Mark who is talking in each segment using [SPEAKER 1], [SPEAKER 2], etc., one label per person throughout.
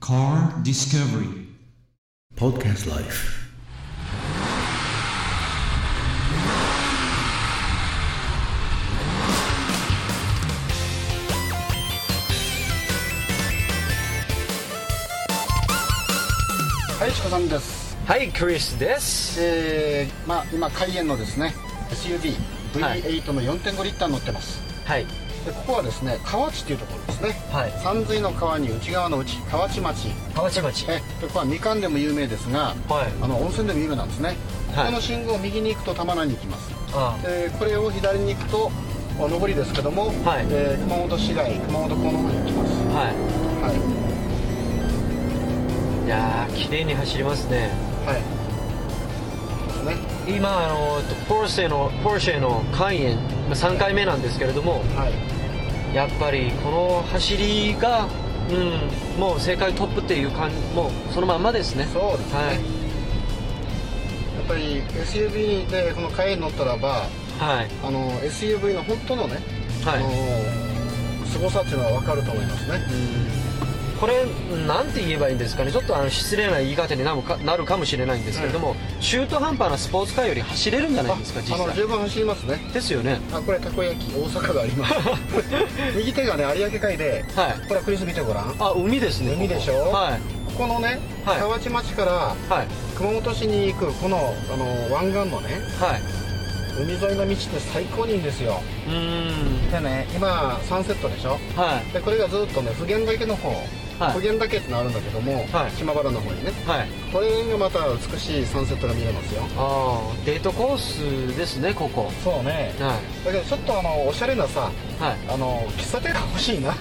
[SPEAKER 1] Car Discovery
[SPEAKER 2] Podcast Life.
[SPEAKER 3] はい、チコさんです。
[SPEAKER 4] はい、クリスです。
[SPEAKER 3] えー、まあ今開園のですね、SUV
[SPEAKER 4] はい
[SPEAKER 3] V8 の4.5リッター乗ってます。
[SPEAKER 4] はい。
[SPEAKER 3] でここはですね、河内というところですね。
[SPEAKER 4] はい
[SPEAKER 3] 山水の川に内側の内、河内町。
[SPEAKER 4] 河内町。
[SPEAKER 3] え、でここはみかんでも有名ですが、
[SPEAKER 4] はい
[SPEAKER 3] あの温泉でも有名なんですね。
[SPEAKER 4] はい
[SPEAKER 3] ここの信号を右に行くと玉名に行きます。
[SPEAKER 4] あ
[SPEAKER 3] でこれを左に行くとお上りですけども、
[SPEAKER 4] はい
[SPEAKER 3] えー熊本市街、熊本港の方に行きます。
[SPEAKER 4] は
[SPEAKER 3] はい。
[SPEAKER 4] い。いやー、綺麗に走りますね。
[SPEAKER 3] はい。ですね。
[SPEAKER 4] 今、あの、ポルシェの、ポルシェの開園、まあ3回目なんですけれども、
[SPEAKER 3] はい。
[SPEAKER 4] やっぱりこの走りが、うん、もう世界トップっていう感じ、もうそのまんまですね。
[SPEAKER 3] そうですねやっぱり SUV でこのカエン乗ったらば
[SPEAKER 4] はい。はい。
[SPEAKER 3] あの SUV の本当のね、
[SPEAKER 4] は
[SPEAKER 3] あ
[SPEAKER 4] い
[SPEAKER 3] の凄さっていうのは分かると思いますね、
[SPEAKER 4] これなんて言えばいいんですかねちょっとあの失礼な言い方になるかなるかもしれないんですけれども、中途半端なスポーツカーより走れるんじゃないですか実
[SPEAKER 3] あの
[SPEAKER 4] 際
[SPEAKER 3] 十分走りますね
[SPEAKER 4] ですよね
[SPEAKER 3] あこれたこ焼き大阪があり ます右手がね有明海で、
[SPEAKER 4] はい
[SPEAKER 3] これクリス見てごらんこ
[SPEAKER 4] あ海ですね
[SPEAKER 3] 海でしょ
[SPEAKER 4] ここはい
[SPEAKER 3] このね、
[SPEAKER 4] はい
[SPEAKER 3] 河内町から
[SPEAKER 4] はい
[SPEAKER 3] 熊本市に行くこのあの湾岸のね
[SPEAKER 4] はい
[SPEAKER 3] 海沿いの道って最高にいいんですよ
[SPEAKER 4] うーん
[SPEAKER 3] でね今サンセットでしょ
[SPEAKER 4] はい
[SPEAKER 3] でこれがずっとね普賢岳の方、
[SPEAKER 4] はい
[SPEAKER 3] 普賢岳ってのあるんだけども、
[SPEAKER 4] はい
[SPEAKER 3] 島原の方にね
[SPEAKER 4] はい
[SPEAKER 3] これがまた美しいサンセットが見れますよ
[SPEAKER 4] ああデートコースですねここ
[SPEAKER 3] そうね
[SPEAKER 4] は
[SPEAKER 3] だけどちょっとあのおしゃれなさ
[SPEAKER 4] いはい
[SPEAKER 3] あの喫茶店が欲しいな、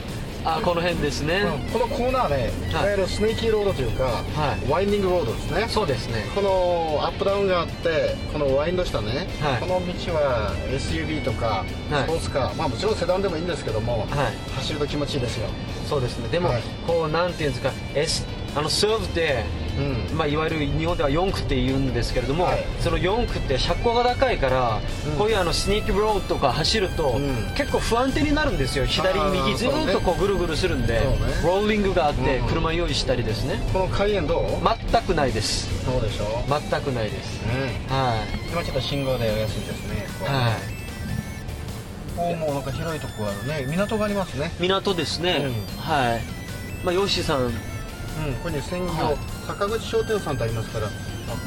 [SPEAKER 4] あこの辺ですね、
[SPEAKER 3] このコーナーねい
[SPEAKER 4] はい
[SPEAKER 3] わゆるスネーキーロードというか、
[SPEAKER 4] はい
[SPEAKER 3] ワインディングロードですね
[SPEAKER 4] そうですね
[SPEAKER 3] このアップダウンがあってこのワインドしたね、
[SPEAKER 4] はい
[SPEAKER 3] この道は SUV とか
[SPEAKER 4] はい
[SPEAKER 3] スポーツカー、まあもちろんセダンでもいいんですけども、
[SPEAKER 4] はい
[SPEAKER 3] 走ると気持ちいいですよ
[SPEAKER 4] そうですねでも、
[SPEAKER 3] はい
[SPEAKER 4] こうなんていうんですか、S、あのスーブって
[SPEAKER 3] うん
[SPEAKER 4] まあ、いわゆる日本では四駆って言うんですけれども、
[SPEAKER 3] はい
[SPEAKER 4] その四駆って車高が高いから、
[SPEAKER 3] うん
[SPEAKER 4] こういうあのスニークロードとか走ると、
[SPEAKER 3] うん
[SPEAKER 4] 結構不安定になるんですよ左
[SPEAKER 3] あー
[SPEAKER 4] 右ずーっとこうぐるぐるするんで、
[SPEAKER 3] そうね
[SPEAKER 4] ローリングがあって
[SPEAKER 3] うん
[SPEAKER 4] 車用意したりですね、
[SPEAKER 3] この開園どう、
[SPEAKER 4] 全くないです
[SPEAKER 3] どうでしょう、
[SPEAKER 4] 全くないです
[SPEAKER 3] ね
[SPEAKER 4] は
[SPEAKER 3] 今ちょっと信号でお安いですね
[SPEAKER 4] い、は
[SPEAKER 3] こうもうなんか広いとこあるね港がありますね
[SPEAKER 4] い、港ですね、
[SPEAKER 3] うん
[SPEAKER 4] はいまあヨッシーさん
[SPEAKER 3] うんこれね鮮魚、
[SPEAKER 4] はい
[SPEAKER 3] 坂口商店さんってありますからあこ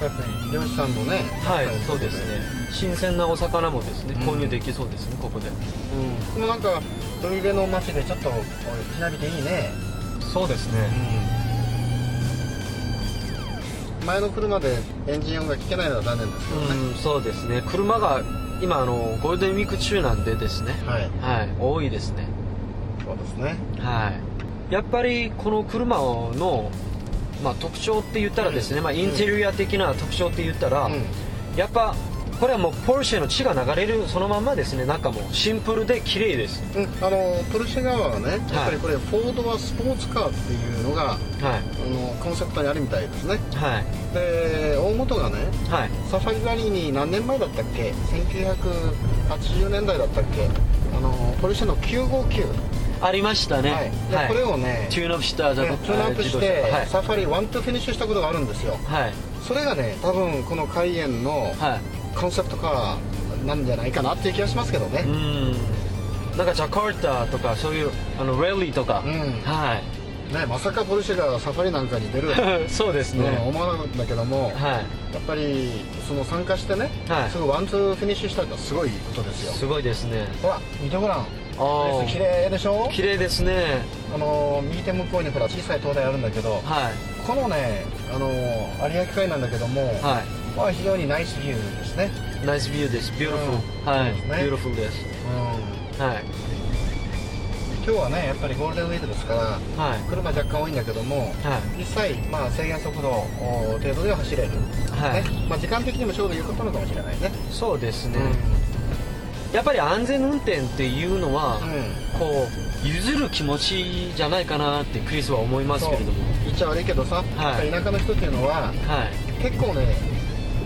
[SPEAKER 3] れやっぱり漁師さんのね
[SPEAKER 4] はい
[SPEAKER 3] やっぱり
[SPEAKER 4] そうですね新鮮なお魚もですね購入できそうですね、ここで
[SPEAKER 3] うんでもなんか海辺の街でちょっとこうひなびていいね
[SPEAKER 4] そうですね
[SPEAKER 3] 前の車でエンジン音が聞けないのは残念ですけどね、
[SPEAKER 4] うんそうですね車が今あのゴールデンウィーク中なんでですね
[SPEAKER 3] はい
[SPEAKER 4] はい多いですね
[SPEAKER 3] そうですね
[SPEAKER 4] はいやっぱりこの車の、まあ、特徴って言ったらですね、まあ、インテリア的な特徴って言ったら、
[SPEAKER 3] うん
[SPEAKER 4] やっぱこれはもうポルシェの血が流れるそのまんまですね中もシンプルで綺麗です
[SPEAKER 3] うん、あのポルシェ側はねやっぱりこれフォードはスポーツカーっていうのがあ
[SPEAKER 4] は
[SPEAKER 3] のコンセプトにあるみたいですね
[SPEAKER 4] いはい
[SPEAKER 3] で大元がね
[SPEAKER 4] はい
[SPEAKER 3] サファリラリーに何年前だったっけ1980年代だったっけあのポルシェの959、
[SPEAKER 4] ありましたね、
[SPEAKER 3] はいでこれをね
[SPEAKER 4] チューナップした
[SPEAKER 3] ねチューナップし
[SPEAKER 4] 自
[SPEAKER 3] て
[SPEAKER 4] 動車はい
[SPEAKER 3] サファリワンとフィニッシュしたことがあるんですよ
[SPEAKER 4] はい
[SPEAKER 3] それがね多分このカイエンの
[SPEAKER 4] はい
[SPEAKER 3] コンセプトカーなんじゃないかなっていう気がしますけどね、
[SPEAKER 4] うんなんかジャカルタとかそういうあのレリーとか、
[SPEAKER 3] うん
[SPEAKER 4] は
[SPEAKER 3] ねまさかポルシェがサファリなんかに出る
[SPEAKER 4] い そうです
[SPEAKER 3] と
[SPEAKER 4] ね、
[SPEAKER 3] は思わなかったけども、や
[SPEAKER 4] はい
[SPEAKER 3] っぱりその参加してね、
[SPEAKER 4] はい
[SPEAKER 3] すぐワンツーフィニッシュしたってすごいことですよ
[SPEAKER 4] すごいですね
[SPEAKER 3] ほら見てごらん
[SPEAKER 4] あー
[SPEAKER 3] 綺麗でしょ
[SPEAKER 4] 綺麗ですね
[SPEAKER 3] あのー右手向こうにほら小さい灯台あるんだけど
[SPEAKER 4] はい
[SPEAKER 3] このね、あのー有明海なんだけども、
[SPEAKER 4] は
[SPEAKER 3] まあ、非常にナイスビューですね、
[SPEAKER 4] いナイスビューです beautiful、
[SPEAKER 3] うん
[SPEAKER 4] は
[SPEAKER 3] そ
[SPEAKER 4] い
[SPEAKER 3] うですね
[SPEAKER 4] beautiful です
[SPEAKER 3] うん、
[SPEAKER 4] はい
[SPEAKER 3] 今日はねやっぱりゴールデンウィークですから
[SPEAKER 4] はい
[SPEAKER 3] 車若干多いんだけども、
[SPEAKER 4] は
[SPEAKER 3] 実際、まあ、制限速度お程度では走れる、
[SPEAKER 4] はい
[SPEAKER 3] ねまあ、時間的にもちょうど良かったのかもしれないね、
[SPEAKER 4] いそうですね、
[SPEAKER 3] う
[SPEAKER 4] やっぱり安全運転っていうのは、
[SPEAKER 3] ん
[SPEAKER 4] こう譲る気持ちじゃないかなってクリスは思いますけれども
[SPEAKER 3] 言っちゃ悪いけどさ、
[SPEAKER 4] はい
[SPEAKER 3] 田舎の人っていうのは
[SPEAKER 4] はい
[SPEAKER 3] 結構ね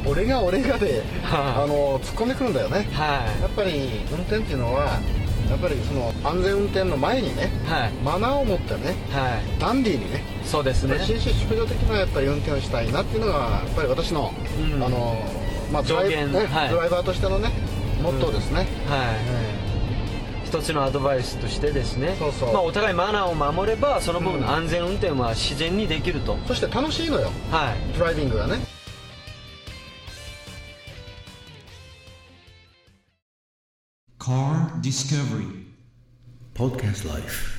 [SPEAKER 3] 俺が俺がで、
[SPEAKER 4] はい
[SPEAKER 3] あの突っ込んでくるんだよね
[SPEAKER 4] は
[SPEAKER 3] やっぱり運転っていうのはやっぱりその安全運転の前にね
[SPEAKER 4] はい
[SPEAKER 3] マナーを持ってね
[SPEAKER 4] はい
[SPEAKER 3] ダンディーにね
[SPEAKER 4] そうですね
[SPEAKER 3] 紳士淑女的なやっぱり運転をしたいなっていうのがやっぱり私の、
[SPEAKER 4] うん
[SPEAKER 3] あのまあドライ,、
[SPEAKER 4] 上限
[SPEAKER 3] ね
[SPEAKER 4] はい
[SPEAKER 3] ドライバーとしてのねモットーですね、
[SPEAKER 4] はい
[SPEAKER 3] え
[SPEAKER 4] 一つのアドバイスとしてですね
[SPEAKER 3] そうそう
[SPEAKER 4] まあ、お互いマナーを守ればその分
[SPEAKER 3] うん
[SPEAKER 4] 安全運転は自然にできると、
[SPEAKER 3] えそして楽しいのよ
[SPEAKER 4] はい
[SPEAKER 3] ドライビングがね
[SPEAKER 1] Car Discovery.
[SPEAKER 2] Podcast Life.